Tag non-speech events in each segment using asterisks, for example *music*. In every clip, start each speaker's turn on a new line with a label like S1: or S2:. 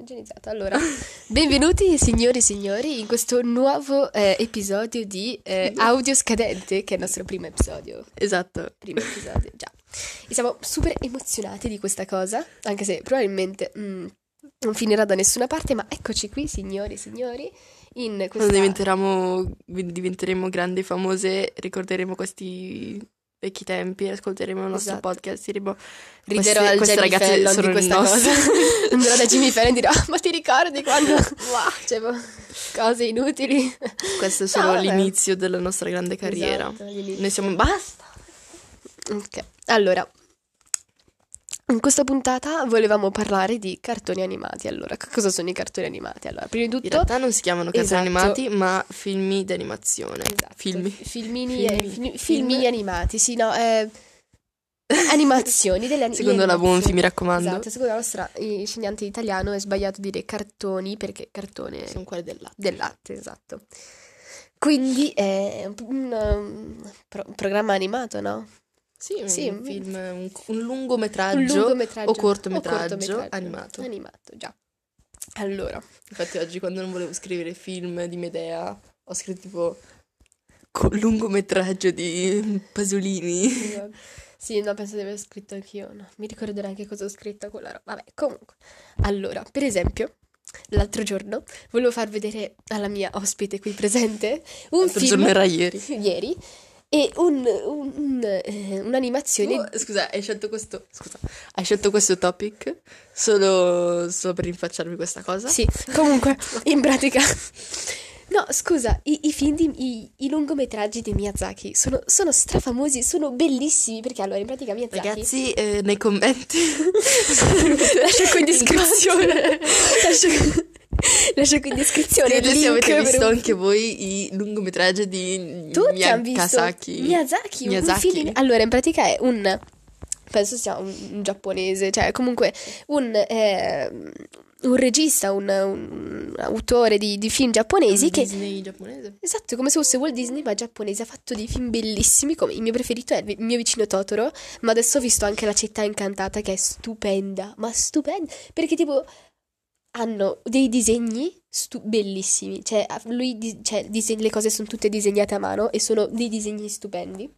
S1: Genizzato. Allora, *laughs* benvenuti signori e signori in questo nuovo eh, episodio di eh, Audio Scadente, che è il nostro primo episodio.
S2: Esatto.
S1: Primo episodio, già. E siamo super emozionati di questa cosa, anche se probabilmente mm, non finirà da nessuna parte, ma eccoci qui signori e signori in
S2: Quando
S1: questa...
S2: diventeremo, diventeremo grandi e famose, ricorderemo questi vecchi tempi, ascolteremo il nostro
S1: Esatto.
S2: podcast, diremo
S1: Riderò
S2: queste-
S1: al
S2: queste
S1: Jimmy
S2: ragazze
S1: Fallon
S2: sono
S1: di
S2: il
S1: questa
S2: *laughs* nostro.
S1: cosa. Andrò da Jimmy Fallon e dirò, ma ti ricordi
S2: *laughs*
S1: quando... *laughs* Cioè, boh, cose inutili.
S2: questo è
S1: No,
S2: solo
S1: vabbè.
S2: l'inizio della nostra grande carriera.
S1: Esatto, l'inizio.
S2: Noi siamo basta.
S1: Ok, allora, in questa puntata volevamo parlare di cartoni animati. Allora, che cosa sono i cartoni animati? Allora, prima di
S2: In
S1: tutto,
S2: realtà non si chiamano cartoni
S1: Esatto.
S2: animati, ma filmi d'animazione.
S1: Esatto,
S2: Filmi.
S1: filmini, eh,
S2: Filmi.
S1: fini-
S2: Film.
S1: filmini animati, sì, no, *laughs* eh, animazioni delle ani-
S2: Secondo
S1: le
S2: la Bonfi,
S1: animazioni.
S2: mi raccomando.
S1: Esatto, secondo la nostra eh, insegnante di italiano è sbagliato dire cartoni perché cartone
S2: Eh, Sono quelli del latte.
S1: del latte, esatto. Quindi è un, un, um, pro- un programma animato, no?
S2: Sì, un
S1: Sì. mm.
S2: film, un, un lungometraggio.
S1: Un lungometraggio
S2: o cortometraggio animato.
S1: Animato, già. Allora,
S2: Infatti oggi quando non volevo scrivere film di Medea, ho scritto tipo co- lungometraggio di Pasolini.
S1: io- sì, no, penso di aver scritto anch'io. No, mi ricordo neanche cosa ho scritto quella roba. Vabbè, comunque. Allora, per esempio, l'altro giorno volevo far vedere alla mia ospite qui presente un
S2: L'altro
S1: film
S2: giorno era ieri.
S1: *laughs* ieri e un- un- un, eh, un'animazione
S2: Tu- scusa, hai scelto questo scusa, hai scelto questo topic solo, solo per rinfacciarmi questa cosa?
S1: Sì, comunque,
S2: *laughs*
S1: in pratica. No, scusa, i, i film, di, i, i lungometraggi di Miyazaki sono, sono strafamosi, sono bellissimi perché allora in pratica Miyazaki.
S2: Ragazzi, eh,
S1: *laughs*
S2: nei commenti
S1: lascio qui in descrizione. *laughs* lascio, lascio qui in descrizione il
S2: Credo se
S1: link
S2: avete
S1: per
S2: visto
S1: un-
S2: anche voi i lungometraggi di
S1: Tutti hanno visto
S2: Miyazaki.
S1: Miyazaki, un- un
S2: Miyazaki.
S1: film- Allora, in pratica è un penso sia un, un giapponese, cioè comunque un, eh, un regista, un, un autore di, di film
S2: Mm-hmm.
S1: giapponesi che
S2: Disney giapponese.
S1: Esatto, come se fosse Walt Disney, ma giapponese. Ha fatto dei film bellissimi, come il mio preferito è il vi- mio vicino Totoro, ma adesso ho visto anche La città incantata, che è stupenda, ma stupenda, perché tipo hanno dei disegni stu- bellissimi, cioè ha- lui di- cioè, diseg- le cose sono tutte disegnate a mano e sono dei disegni stupendi.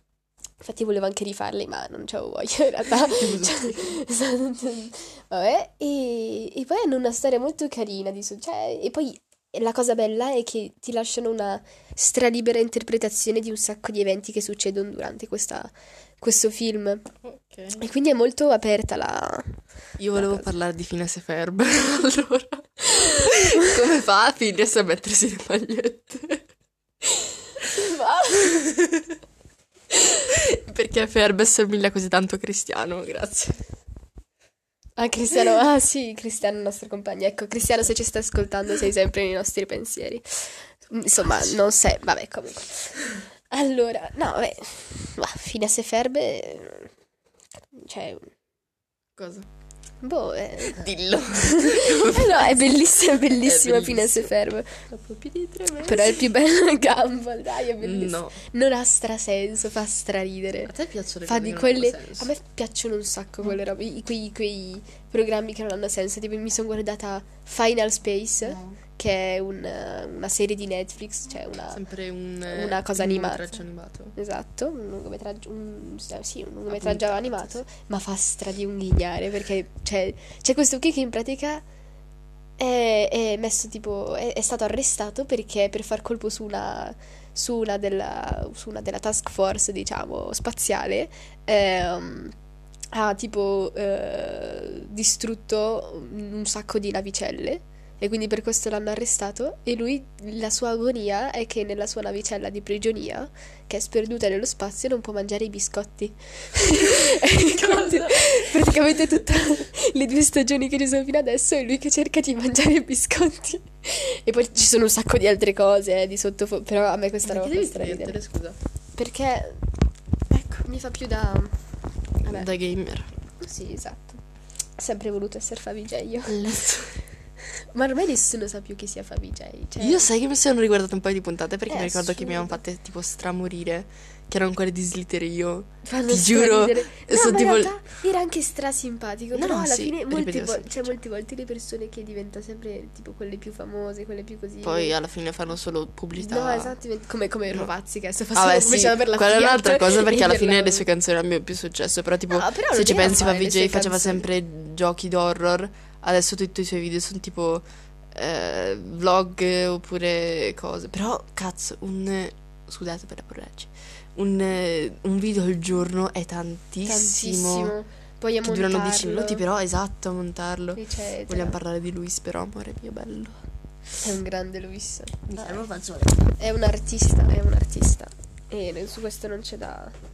S1: Infatti volevo anche rifarli, ma non c'avevo voglia in realtà. Cioè, *laughs* Vabbè, e, e poi hanno una storia molto carina di su- cioè, e poi la cosa bella è che ti lasciano una stralibera interpretazione di un sacco di eventi che succedono durante questa- questo film.
S2: Ok.
S1: E quindi è molto aperta la...
S2: Io volevo
S1: cosa.
S2: parlare di Phineas e Ferb. *laughs* Allora, come fa Phineas a mettersi le magliette? Perché Ferb somiglia così tanto a Cristiano, grazie.
S1: Ah, Cristiano, ah sì, Cristiano è il nostro compagno. Ecco, Cristiano, se ci stai ascoltando, sei sempre nei nostri pensieri. Insomma,
S2: Ah,
S1: non sei, vabbè, comunque. Allora, no, vabbè, ma Phineas e Ferb, eh, cioè,
S2: Cosa?
S1: boh,
S2: *laughs*
S1: eh.
S2: Dillo.
S1: Eh no, è bellissima, è bellissima
S2: È bellissimo.
S1: Phineas e Ferb,
S2: Dopo più di tre mesi.
S1: però è il più bello Gumball, dai, è bellissimo.
S2: No,
S1: Non ha strasenso, fa straridere.
S2: a te piacciono le
S1: Fa
S2: cose
S1: di
S2: che non
S1: quelle.
S2: hanno senso.
S1: A me piacciono un sacco quelle robe. i- Quei, quei programmi che non hanno senso. Tipo, mi sono guardata Final Space,
S2: Eh.
S1: che è un, eh, una serie di Netflix, cioè una.
S2: Sempre un, eh,
S1: Una cosa
S2: un
S1: animata.
S2: traccio animato.
S1: Esatto, un lungometraggio, un, sì, un lungometraggio
S2: puntata,
S1: animato, ma fa stradinghignare perché c'è, c'è questo qui che in pratica è, è messo tipo, è, è stato arrestato perché per far colpo su una, su una, della, su una della task force, diciamo, spaziale, ehm, ha tipo eh, distrutto un un sacco di navicelle. E quindi per questo l'hanno arrestato e lui, la sua agonia è che nella sua navicella di prigionia che è sperduta nello spazio non può mangiare i
S2: *laughs*
S1: biscotti. Quindi, praticamente tutte le due stagioni che ci sono fino adesso è lui che cerca di mangiare i biscotti. E poi ci sono un sacco di altre cose eh, di sottofondo, però a me questa
S2: Ma
S1: roba
S2: che
S1: fa
S2: devi
S1: straridere.
S2: smettere, scusa?
S1: Perché ecco, mi fa più da vabbè.
S2: Da gamer.
S1: Sì, esatto. Ho Sempre voluto essere favigeio. Ma ormai nessuno sa più chi sia Favij. Cioè,
S2: Io sai che mi sono riguardata un paio di puntate perché
S1: È
S2: mi ricordo che mi avevano
S1: assurdo.
S2: fatte tipo stramorire, che erano quelle di Slither io.
S1: fanno
S2: ti giuro,
S1: straridere. No,
S2: sono
S1: ma
S2: tipo-
S1: in realtà era anche strasimpatico.
S2: No,
S1: però alla
S2: sì,
S1: fine molte,
S2: ripetevo
S1: vo-
S2: sempre,
S1: cioè,
S2: cioè.
S1: molte volte le persone che diventano sempre tipo quelle più famose, quelle più così.
S2: Poi alla fine fanno solo pubblicità.
S1: No, esatto, divent- come, come
S2: No.
S1: Rovazzi che adesso fa
S2: Ah,
S1: solo
S2: beh, sì,
S1: pubblicità per la
S2: quella è
S1: Fiat
S2: un'altra cosa perché
S1: e
S2: alla
S1: per
S2: fine
S1: la-
S2: le sue canzoni hanno più successo. Però, tipo,
S1: No, però
S2: se
S1: non
S2: ci
S1: era
S2: pensi,
S1: male cioè, le
S2: Favij
S1: sue
S2: faceva
S1: canzoni.
S2: sempre giochi d'horror. Adesso tutti i suoi video sono tipo eh, vlog eh, oppure cose. Però, cazzo, un. Scusate per la porracci. Un, eh, un video al giorno è tantissimo.
S1: tantissimo. Poi a
S2: Che durano 10
S1: montarlo. cioè,
S2: minuti, però, esatto, a montarlo.
S1: Eccetera.
S2: Vogliamo parlare di Luis, però, amore mio bello.
S1: È un grande Luis.
S2: chiamo Fazzone. *laughs*
S1: È un artista, è un artista. E non- su questo non c'è da.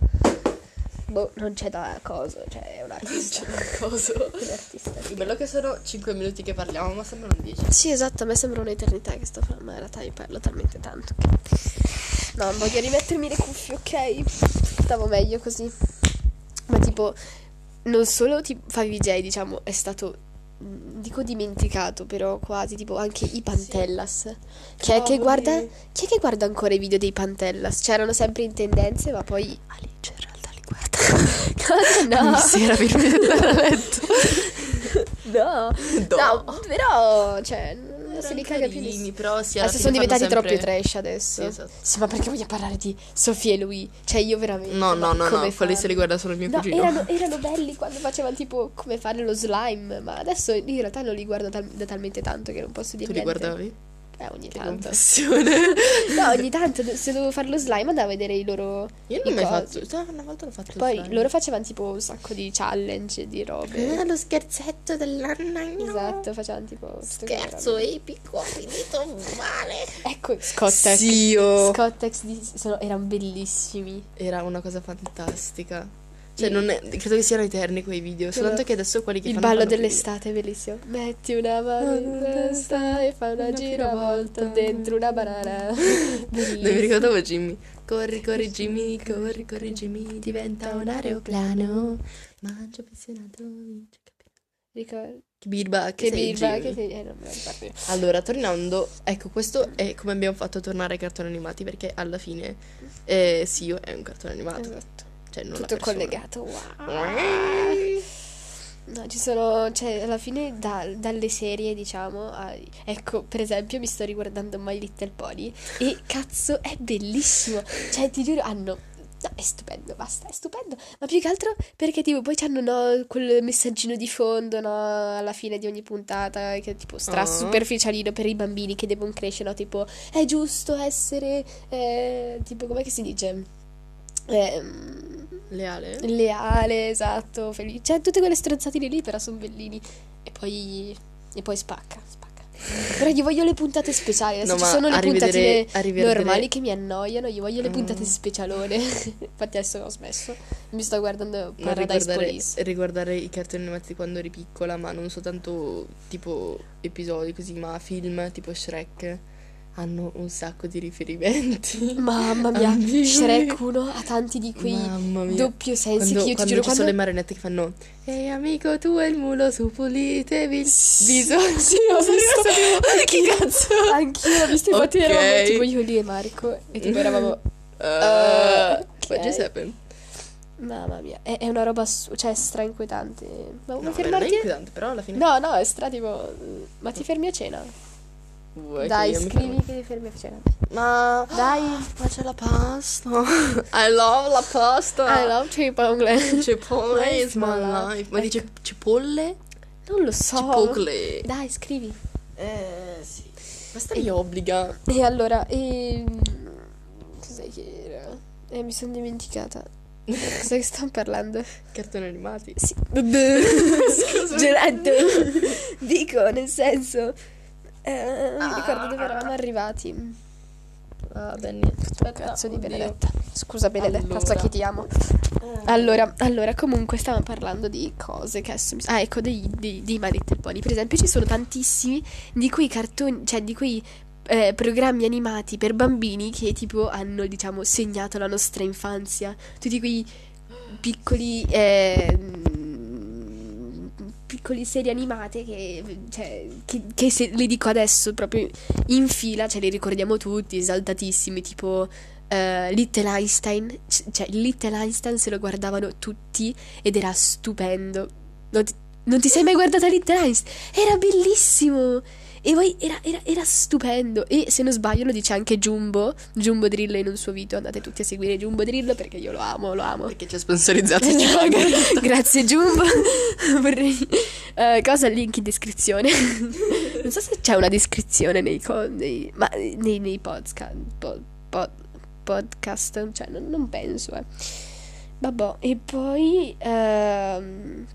S1: Boh, non c'è da cosa. Cioè, è un
S2: *laughs*
S1: artista.
S2: Cosa?
S1: È un artista.
S2: È bello che sono 5 minuti che parliamo, ma sembrano 10.
S1: Sì, esatto, a me sembra un'eternità che sto parlando, ma in realtà io parlo talmente tanto che... No, voglio rimettermi le cuffie, ok? Stavo meglio così. Ma tipo, non solo ti- Favij, diciamo, è stato, mh, dico dimenticato, però quasi, tipo anche i Pantellas. Chi, è che
S2: Cavoli.
S1: guarda, chi è che guarda ancora i video dei Pantellas? C'erano sempre in tendenze, ma
S2: *laughs*
S1: poi...
S2: Alice Cioè, in realtà li guarda.
S1: No, no,
S2: Ogni sera per *laughs* a letto.
S1: no, no, però, cioè, non se li caga più nessuno.
S2: però sì, alla
S1: Adesso sono
S2: fine
S1: diventati
S2: fanno
S1: troppi
S2: sempre-
S1: trash adesso.
S2: Sì, esatto.
S1: Sì, ma perché voglio parlare di Sofia e lui? Cioè, io veramente.
S2: No, no,
S1: ma
S2: no,
S1: come
S2: no, quelli se li
S1: fanno?
S2: guarda solo mio
S1: No,
S2: cugino.
S1: erano, erano belli quando facevano tipo come fare lo slime, ma adesso in realtà non li guardo tal- da talmente tanto che non posso dire
S2: Tu li
S1: niente.
S2: guardavi?
S1: Eh, ogni
S2: Che
S1: tanto.
S2: compassione.
S1: *laughs* No, ogni tanto do- se dovevo fare lo slime andavo a vedere i loro.
S2: Io
S1: i
S2: non l'ho mai
S1: cosi.
S2: fatto. No, una volta l'ho fatto.
S1: Poi
S2: slime.
S1: loro facevano tipo un sacco di challenge, di robe.
S2: Ah, lo scherzetto dell'anno.
S1: Esatto, facevano tipo. queste cose.
S2: Scherzo eh. epico, finito male.
S1: Ecco, Scottex.
S2: Zio.
S1: Scottex di- sono- erano bellissimi.
S2: Era una cosa fantastica. Cioè, non è- credo che siano eterni quei video. Soltanto che adesso quelli che
S1: Il
S2: fanno
S1: ballo
S2: fanno
S1: dell'estate è bellissimo. Metti una mano in
S2: Una
S1: testa e fai una
S2: una
S1: giravolta
S2: giravolta.
S1: dentro una *laughs* banana.
S2: Non mi
S1: Bellissimo.
S2: ricordavo Jimmy. Corri, corri Jimmy, corri, corri Jimmy, diventa un aeroplano. Mangia pensionato, vince campionato.
S1: Ricordo-
S2: Che birba, che,
S1: Che
S2: sei
S1: birra,
S2: Jimmy.
S1: che sei... Eh, non me lo ricordo.
S2: Allora, tornando, ecco, questo è come abbiamo fatto a tornare ai cartoni animati, perché alla fine eh, sì, è un cartone animato,
S1: Esatto.
S2: cioè non la
S1: Tutto
S2: persona.
S1: collegato. Wow. No, ci sono, cioè, alla fine da- dalle serie, diciamo, ai- ecco, per esempio, mi sto riguardando My Little Pony e cazzo, è bellissimo. Cioè, ti giuro, hanno no, è stupendo, basta, è stupendo, ma più che altro perché tipo poi c'hanno no, quel messaggino di fondo, no, alla fine di ogni puntata che è tipo stra
S2: Ah.
S1: superficialino per i bambini che devono crescere, no, tipo è giusto essere eh, tipo com'è che si dice? Ehm
S2: Leale?
S1: Leale, esatto, felice. Cioè, tutte quelle stronzatine lì, però sono bellini. E poi, e poi spacca, spacca. Però gli voglio le puntate speciali. Adesso
S2: No,
S1: Eh, ci
S2: ma
S1: sono le
S2: a rivedere-
S1: puntatine
S2: a rivedere-
S1: normali che mi annoiano. Gli voglio le puntate
S2: Mm.
S1: specialone. *laughs* Infatti, adesso ho smesso. Mi sto guardando
S2: Non
S1: Paradise
S2: riguardare,
S1: Police.
S2: riguardare i cartoni animati di quando eri piccola, ma non soltanto tipo episodi così, ma film tipo Shrek hanno un sacco di
S1: *laughs*
S2: riferimenti.
S1: Mamma mia,
S2: Ambigui.
S1: Shrek 1 ha tanti di quei
S2: Mamma mia.
S1: doppio sensi che
S2: Quando,
S1: io eh, ti
S2: quando
S1: giuro
S2: ci
S1: quando.
S2: sono le marionette che fanno Ehi amico tu e il mulo su pulitevi il
S1: Sì,
S2: viso
S1: *laughs* sì, ho visto. *laughs*
S2: Che *laughs* cazzo
S1: Anch'io l'ho visto, infatti
S2: Ok.
S1: eravamo tipo io lì e Marco. E tipo eravamo.
S2: Uh,
S1: Eh, ok.
S2: What just happened?
S1: Mamma mia, è, è una roba assu- cioè stra inquietante. Ma vuoi
S2: No, beh, non è
S1: fermarti?
S2: inquietante però alla fine
S1: no, no, è stra tipo. Ma ti fermi a cena?
S2: Vuoi
S1: Dai,
S2: che io mi
S1: scrivi che ti fermi a cena.
S2: fermo? Ma
S1: Dai.
S2: ma c'è la pasta *laughs* I love la pasta
S1: I love
S2: *laughs*
S1: Chipotle.
S2: Cipolle is my
S1: Where's my
S2: life Ma Ecco.
S1: life?
S2: dice cipolle?
S1: Non lo so.
S2: Cipocle
S1: Dai, scrivi.
S2: Eh sì Questa mi obbliga
S1: E allora, ehm, Cos'è che era? Eh, mi sono dimenticata. Cos'è che sto parlando?
S2: Cartoni animati
S1: Sì. Gelato. Dico, nel senso. eh, non mi ricordo
S2: Ah.
S1: dove eravamo arrivati.
S2: Va bene Aspetta
S1: Cazzo di
S2: oddio.
S1: Benedetta. Scusa Benedetta, so
S2: Allora.
S1: che ti amo.
S2: Ah.
S1: Allora, allora, comunque stavamo parlando di cose che adesso mi... Ah, ecco, dei, dei, dei My Little Pony. Per esempio ci sono tantissimi di quei cartoni, cioè di quei eh, programmi animati per bambini che tipo hanno, diciamo, segnato la nostra infanzia. Tutti quei piccoli... eh, mm, pic- ehm, piccoli serie animate che, cioè, che, che se le dico adesso proprio in fila, ce le ricordiamo tutti, esaltatissimi, tipo eh, Little Einstein, C- cioè Little Einstein se lo guardavano tutti ed era stupendo. Non ti, non ti sei mai guardata Little Einstein? Era bellissimo! E poi era, era- era stupendo. E se non sbaglio lo dice anche Jumbo, Jumbo Drill in un suo video. Andate tutti a seguire Jumbo Drill perché io lo amo, lo amo.
S2: Perché ci ha sponsorizzato il
S1: Esatto.
S2: gioco.
S1: Grazie Jumbo. Vorrei... eh, cosa link in descrizione. non so se c'è una descrizione nei, co- nei- ma nei, nei podcast. po- po- podcast. Cioè, non, non penso. Eh. Vabbè, e poi ehm,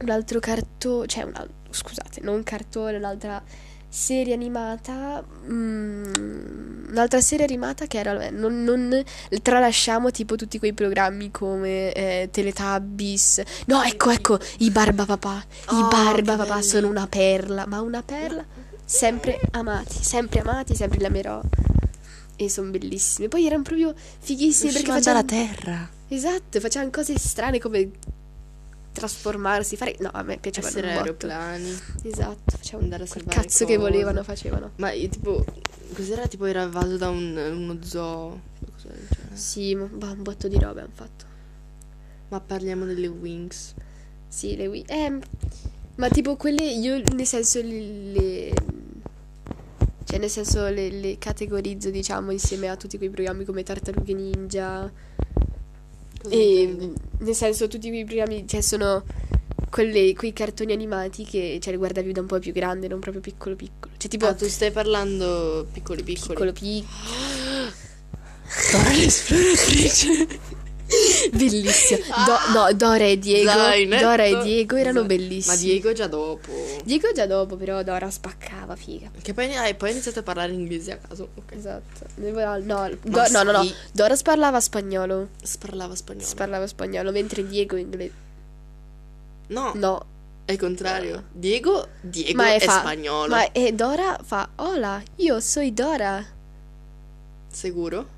S1: un altro cartone. Cioè, un al- scusate, non un cartone, un'altra serie animata. mm, un'altra serie animata che era. vabbè, non- non tralasciamo tipo tutti quei programmi come eh, Teletubbies. No, ecco, ecco, i Barbapapà. I
S2: Oh, che
S1: Barbapapà
S2: belli.
S1: sono una perla, ma una perla. Sempre amati, sempre amati, sempre li amerò. E sono bellissimi. Poi erano proprio fighissimi perché
S2: Riusciva ad
S1: facevano...
S2: andare a terra.
S1: Esatto, facevano cose strane come trasformarsi, fare... No, a me piaceva
S2: Essere aeroplani.
S1: Esatto, facevano
S2: Andare a
S1: quel
S2: salvare
S1: cazzo che
S2: cose.
S1: volevano, facevano.
S2: Ma io tipo... Cos'era? Tipo era invaso da un, uno zoo. qualcosa del genere.
S1: Sì, ma bah, un botto di robe hanno fatto.
S2: Ma parliamo delle Wings.
S1: Sì, le Wii. Eh, ma tipo quelle, io nel senso le... le- cioè nel senso le, le categorizzo, diciamo, insieme a tutti quei programmi come Tartarughe Ninja.
S2: Cosa
S1: E
S2: intendi?
S1: nel senso tutti quei programmi, cioè sono quelle- quei cartoni animati che cioè, li guardavi da un po' più grande, non proprio piccolo piccolo. Cioè tipo
S2: Ah, tu stai parlando piccoli piccoli.
S1: piccolo piccolo.
S2: Dora *laughs* l'esploratrice.
S1: *laughs* Bellissimo.
S2: Ah.
S1: Do- no, Dora e Diego.
S2: Zainetto.
S1: Dora e Diego erano
S2: Esatto.
S1: bellissimi.
S2: Ma Diego già dopo.
S1: Diego già dopo, però Dora spaccava, figa.
S2: Che poi, ah, e poi ha iniziato a parlare inglese a caso. Ok.
S1: Esatto. No, no,
S2: Ma
S1: Do- no, no, no.
S2: sì.
S1: Dora parlava spagnolo.
S2: Sparlava spagnolo.
S1: Parlava spagnolo, mentre Diego inglese.
S2: no,
S1: No, Eh.
S2: è il contrario. Diego, Diego
S1: ma
S2: è,
S1: è, fa-
S2: spagnolo.
S1: Ma e Dora fa: Hola, io soy Dora.
S2: Sicuro?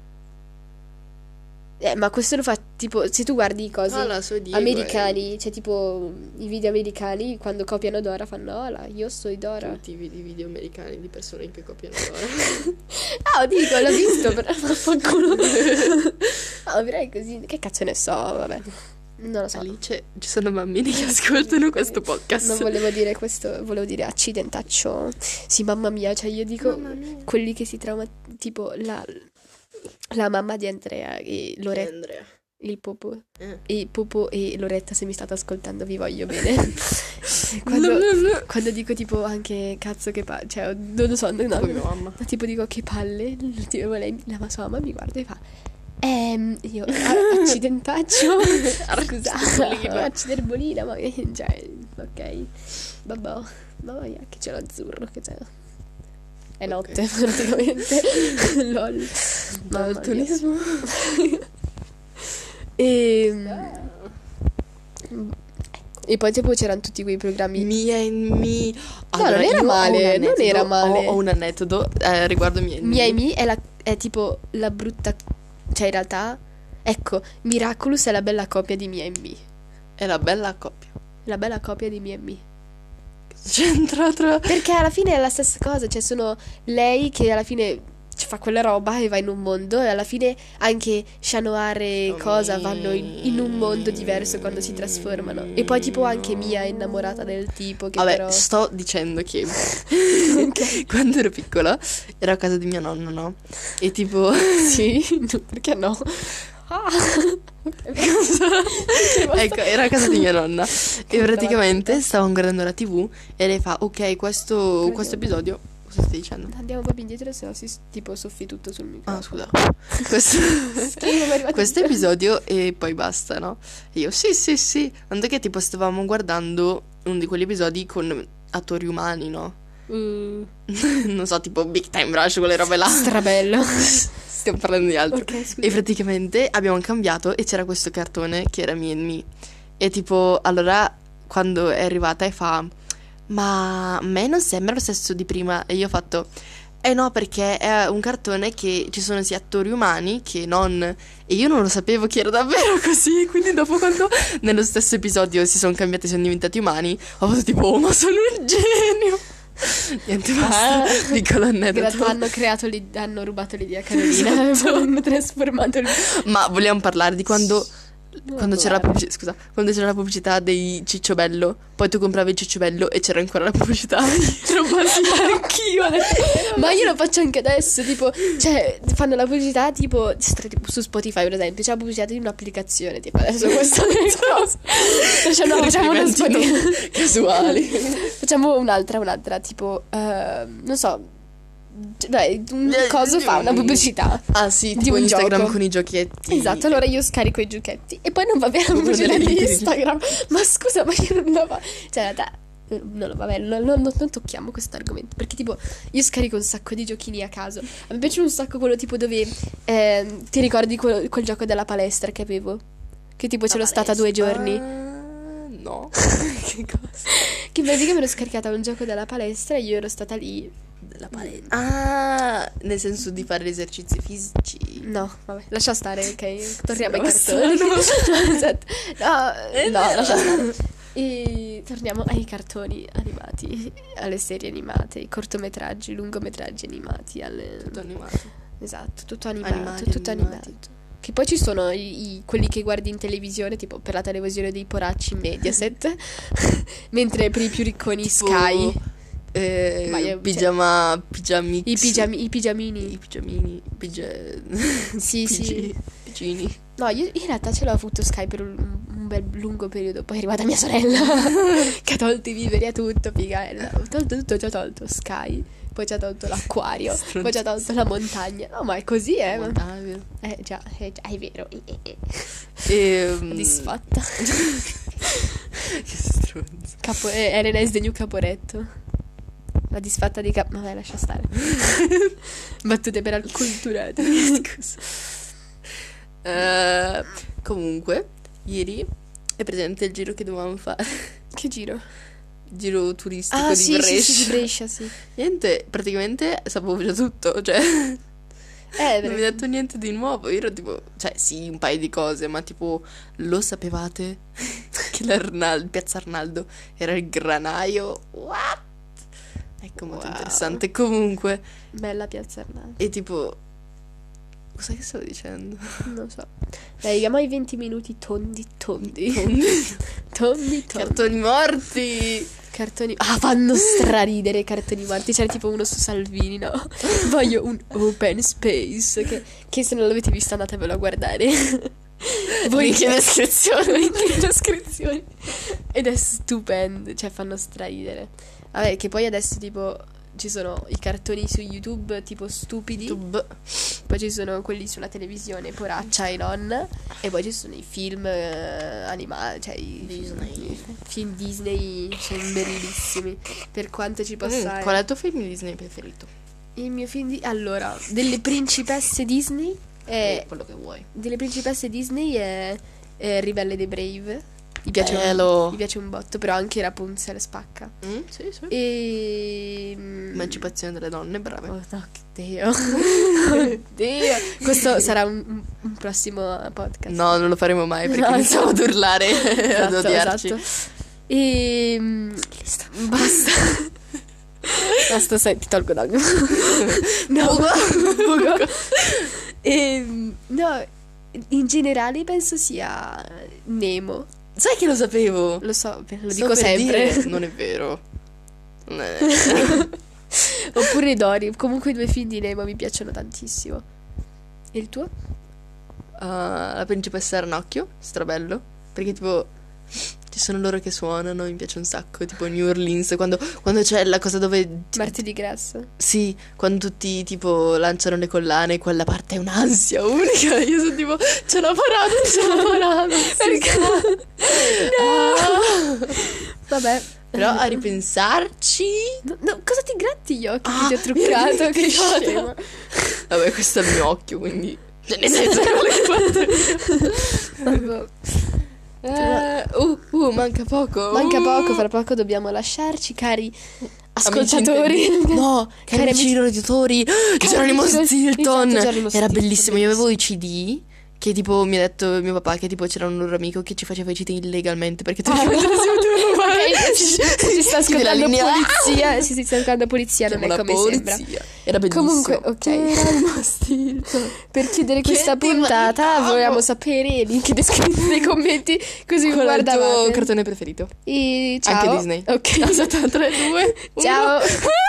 S1: Eh, ma questo lo fa tipo se tu guardi i cosi
S2: No, la sua Diego. è-
S1: americani, cioè tipo i video americani quando copiano Dora fanno hola, io sono Dora.
S2: Tutti i vid- i video americani di persone che
S1: *laughs*
S2: copiano Dora.
S1: Ah, dico, l'ho visto,
S2: *laughs*
S1: però vaffanculo. No, però è così, che cazzo ne so, vabbè. Non lo so.
S2: Alice, Cioè, ci sono bambini che ascoltano questo podcast.
S1: Non volevo dire questo, volevo dire accidentaccio. Sì, mamma mia, cioè io dico
S2: Mamma mia.
S1: quelli che si trauma tipo la la mamma di Andrea e
S2: Eh,
S1: Loretta,
S2: Andrea.
S1: il popo.
S2: Eh.
S1: E Popo e Loretta, se mi state ascoltando, vi voglio
S2: *laughs*
S1: bene. quando, quando dico tipo anche cazzo che palle, cioè non lo so, no, no,
S2: Tipo
S1: no.
S2: mia mamma.
S1: ma tipo dico che palle, tipo lei, la sua mamma mi guarda e fa ehm, io "Ah, *laughs* accidentaccio, scusa,
S2: Acciderbolina.
S1: acciderbolina, ma che- cioè, ok, vabbè, mamma mia che c'è l'azzurro, che c'è... È
S2: Ok.
S1: notte praticamente, *laughs* lol, Mamma mia.
S2: Daltonismo.
S1: E, Ehm, e poi tipo c'erano tutti quei programmi
S2: Mia e mi.
S1: non era
S2: io ho un
S1: male, non
S2: aneddoto-
S1: era male.
S2: Ho, ho un aneddoto eh, riguardo Mia e
S1: Mia e Mi è, la- è tipo la brutta. Cioè, in realtà. Ecco, Miraculous è la bella copia di Mia e Mi.
S2: È la bella coppia.
S1: La bella copia di Mia e Mi.
S2: C'entra tra.
S1: Perché alla fine è la stessa cosa. Cioè, sono lei che alla fine ci fa quella roba e va in un mondo. E alla fine anche Shanoare e cosa vanno in, in un mondo diverso quando si trasformano. E poi, tipo, anche Mia è innamorata del tipo. Che
S2: Vabbè,
S1: però.
S2: sto
S1: *laughs*
S2: dicendo che *laughs* quando ero piccola ero a casa di mio nonno, no? E
S1: *laughs*
S2: tipo,
S1: sì, no, perché no? Ah, *laughs*
S2: ecco, ero a casa di mia nonna e
S1: Che
S2: praticamente
S1: brutta.
S2: stavamo guardando la TV e lei fa, ok, questo,
S1: Guardiamo.
S2: questo episodio, cosa stai dicendo?
S1: Andiamo un po' più indietro, se no si s- tipo soffi tutto sul microfono. *laughs*
S2: Ah, scusa. Questo, *laughs* questo episodio e poi basta, no? E io sì, sì, sì. Tanto che tipo stavamo guardando uno di quegli episodi con attori umani, no? *laughs*
S1: Uh,
S2: non so, tipo Big Time Rush, quelle robe là. *laughs*
S1: Strabello.
S2: Stiamo parlando di altro.
S1: ok, scusa.
S2: Ah. E praticamente abbiamo cambiato e c'era questo cartone che era Me and Me. E tipo, allora quando è arrivata e fa: Ma a me non sembra lo stesso di prima. E io ho fatto: Eh no, perché è un cartone che ci sono sia attori umani che non... E io non lo sapevo che era davvero *laughs* così, quindi dopo quando nello stesso episodio si sono cambiati e sono diventati umani, ho avuto tipo, oh ma sono un genio! *laughs* Niente, basta,
S1: Ah.
S2: piccolo aneddoto. *laughs*
S1: Gra- hanno creato l'id- hanno rubato l'idea a
S2: Esatto.
S1: Carolina *laughs* hanno trasformato il
S2: Ma vogliamo parlare di quando...
S1: Non
S2: *laughs* Quando
S1: *laughs*
S2: c'era, la
S1: parlare.
S2: pubblici- scusa, quando c'era la pubblicità dei Cicciobello, poi tu compravi il Cicciobello e c'era ancora
S1: *laughs*
S2: la pubblicità di Robotti anch'io.
S1: eh.
S2: *laughs*
S1: ma io lo faccio anche adesso tipo cioè fanno la pubblicità tipo stra- su Spotify per esempio c'è la pubblicità di un'applicazione tipo adesso
S2: Esatto.
S1: questo
S2: *laughs*
S1: cioè, no, facciamo uno Spotify
S2: Esperimenti *laughs* casuali.
S1: Facciamo un'altra, un'altra, tipo, ehm, non so, c- dai, un
S2: Eh,
S1: coso fa una pubblicità.
S2: Ah sì,
S1: Di
S2: tipo
S1: un
S2: Instagram
S1: gioco.
S2: con i giochietti.
S1: Esatto, allora io scarico i giochetti e poi non va bene la
S2: Uno
S1: pubblicità
S2: delle
S1: di
S2: liti-
S1: Instagram. Ma scusa, ma io non la fa... Cioè, in realtà, eh, non lo vabbè, non, non, non- non tocchiamo questo argomento. Perché, tipo, io scarico un sacco di giochini a caso. A me piace un sacco quello tipo dove... ehm, ti ricordi quel, quel gioco della palestra che avevo? Che tipo ce l'ho stata due giorni.
S2: Ah,
S1: *laughs*
S2: No. che cosa?
S1: Che in pratica me l'ho scaricata un gioco della palestra e io ero stata lì.
S2: Della palestra. Ah, nel senso di fare gli esercizi fisici.
S1: No, vabbè, lascia stare, ok? Torniamo ai
S2: Sembrava
S1: cartoni.
S2: strano.
S1: No, *laughs* esatto.
S2: È
S1: No, no,
S2: vero.
S1: lascia stare. E torniamo ai cartoni animati, alle serie animate, ai cortometraggi, lungometraggi animati, alle-
S2: Tutto animato.
S1: esatto, tutto animato,
S2: Animali
S1: tutto
S2: animati.
S1: animato. Che poi ci sono i- i- quelli che guardi in televisione, tipo per la televisione dei poracci Mediaset, *laughs* mentre per i più ricconi
S2: Tipo,
S1: Sky,
S2: eh,
S1: Ma io-
S2: pigiama, pigiamix.
S1: cioè i, pigiami- i
S2: I
S1: pigiamini.
S2: pigiamini. Pigia...
S1: Sì, sì.
S2: pigi- *laughs* Pigini.
S1: No, io in realtà ce l'ho avuto Sky per un, un bel lungo periodo, poi è arrivata mia sorella
S2: *laughs*
S1: che ha tolto i viveri a tutto, figa. e Ho tolto tutto, ci ha tolto Sky, poi ci ha tolto
S2: *laughs*
S1: l'acquario, poi ci ha tolto la montagna. No, ma è così, eh. ma-
S2: Montavio.
S1: Eh già, eh, già, è vero. eh, eh, eh.
S2: Ehm,
S1: Disfatta.
S2: Che stronzo.
S1: Capo- eh, Elena is the new Caporetto. La disfatta di Cap... Vabbè, lascia
S2: *laughs*
S1: stare. Battute per al culturato. Scusa.
S2: Eh, comunque, ieri è presente il giro che dovevamo fare.
S1: Che giro?
S2: Giro turistico
S1: Ah,
S2: di
S1: sì,
S2: Brescia.
S1: sì, sì, di Brescia, sì.
S2: Niente, praticamente sapevo già tutto, cioè
S1: Eh,
S2: non mi ha detto niente di nuovo. Io ero tipo, cioè sì, un paio di cose, ma tipo lo sapevate *laughs* che l'Arnal- Piazza Arnaldo era il granaio? What? Ecco, molto
S1: Wow.
S2: interessante. Comunque,
S1: Bella Piazza Arnaldo.
S2: e tipo cosa che stavo dicendo?
S1: Non so. Dai, raga, ma i 20 minuti tondi, tondi. *laughs* tondi, tondi.
S2: Cartoni morti!
S1: Cartoni. Ah, fanno straridere i cartoni morti. C'era tipo uno su Salvini, *laughs* no? Voglio un open space. Che, che se non l'avete visto andatevelo a guardare. *laughs* Voi
S2: Link in
S1: descrizione. *laughs* in descrizione. Ed è stupendo. Cioè, fanno straridere. Vabbè, che poi adesso tipo. Ci sono i cartoni su YouTube tipo stupidi.
S2: Tub.
S1: Poi ci sono quelli sulla televisione, Poraccia e non. E poi ci sono i film animali, cioè i
S2: Disney.
S1: i film Disney sono bellissimi. Per quanto ci possa
S2: Mm, Qual è il tuo film Disney preferito?
S1: Il mio film di... Allora, delle principesse Disney è...
S2: quello che vuoi.
S1: Delle principesse Disney è, è Ribelle dei Brave. Mi piace,
S2: Bello.
S1: un, mi piace un botto, però anche Rapunzel spacca.
S2: Mm, sì, sì.
S1: E... mm,
S2: Emancipazione delle donne, brave.
S1: Oh no, che Dio.
S2: *laughs*
S1: Oddio. Questo sarà un, un prossimo podcast.
S2: No, non lo faremo mai perché
S1: No,
S2: iniziamo
S1: esatto.
S2: ad urlare *laughs* ad
S1: Esatto,
S2: odiarci.
S1: esatto. E... mm, Basta.
S2: Ah,
S1: Basta, sai, ti tolgo l'angolo. no, Bugo. E, mm, no, in generale penso sia Nemo.
S2: Sai che lo sapevo?
S1: Lo so, lo
S2: Sto
S1: dico
S2: per
S1: sempre.
S2: dire- Non è vero. Non è-
S1: *laughs*
S2: *laughs*
S1: Oppure Dory. Comunque i due film di Nemo mi piacciono tantissimo. E il tuo?
S2: Ah, la principessa Arnocchio, strabello. Perché tipo ci sono loro che suonano, mi piace un sacco. Tipo New Orleans, quando, quando c'è la cosa dove
S1: Martedì grasso.
S2: Sì, quando tutti tipo lanciano le collane, quella parte è un'ansia unica. *laughs* Io sono tipo, ce l'ho parata, ce
S1: *laughs*
S2: l'ho parata.
S1: Perché?
S2: Ah.
S1: Vabbè.
S2: Però a ripensarci.
S1: No, no, cosa ti gratti gli occhi
S2: Ah,
S1: che ti ho truccato?
S2: mi
S1: Che
S2: ricordo.
S1: scemo.
S2: Vabbè, questo è il mio occhio, quindi. Cioè, nel senso, non
S1: *laughs*
S2: le
S1: Vabbè.
S2: guardo. Eh, uh, uh, manca poco.
S1: Manca
S2: uh.
S1: poco, fra poco dobbiamo lasciarci, cari Ascoltatori.
S2: *laughs* No, cari
S1: eh, Cari
S2: amici
S1: amici-
S2: radiatori, *gasps* Geronimo
S1: amici-
S2: Stilton.
S1: Esatto, Geronimo
S2: Era
S1: Stilton,
S2: bellissimo, io avevo
S1: bellissimo.
S2: i CD che tipo mi ha detto mio papà che tipo c'era un loro amico che ci faceva i CD illegalmente perché tu
S1: Ah,
S2: *laughs* non *laughs*
S1: ok, ci, ci sta ascoltando polizia. Ci si sta ascoltando polizia, non è
S2: Cioè, la
S1: come sembra.
S2: polizia. Era bellissimo.
S1: Comunque, ok. per chiudere
S2: Che
S1: questa
S2: ti Ah,
S1: puntata,
S2: mancavo?
S1: volevamo sapere. Link descritto nei commenti, così vi
S2: Qual è il tuo
S1: guardavate.
S2: cartone preferito?
S1: *laughs* E ciao.
S2: Anche Disney.
S1: Ok.
S2: 3, 2,
S1: ciao.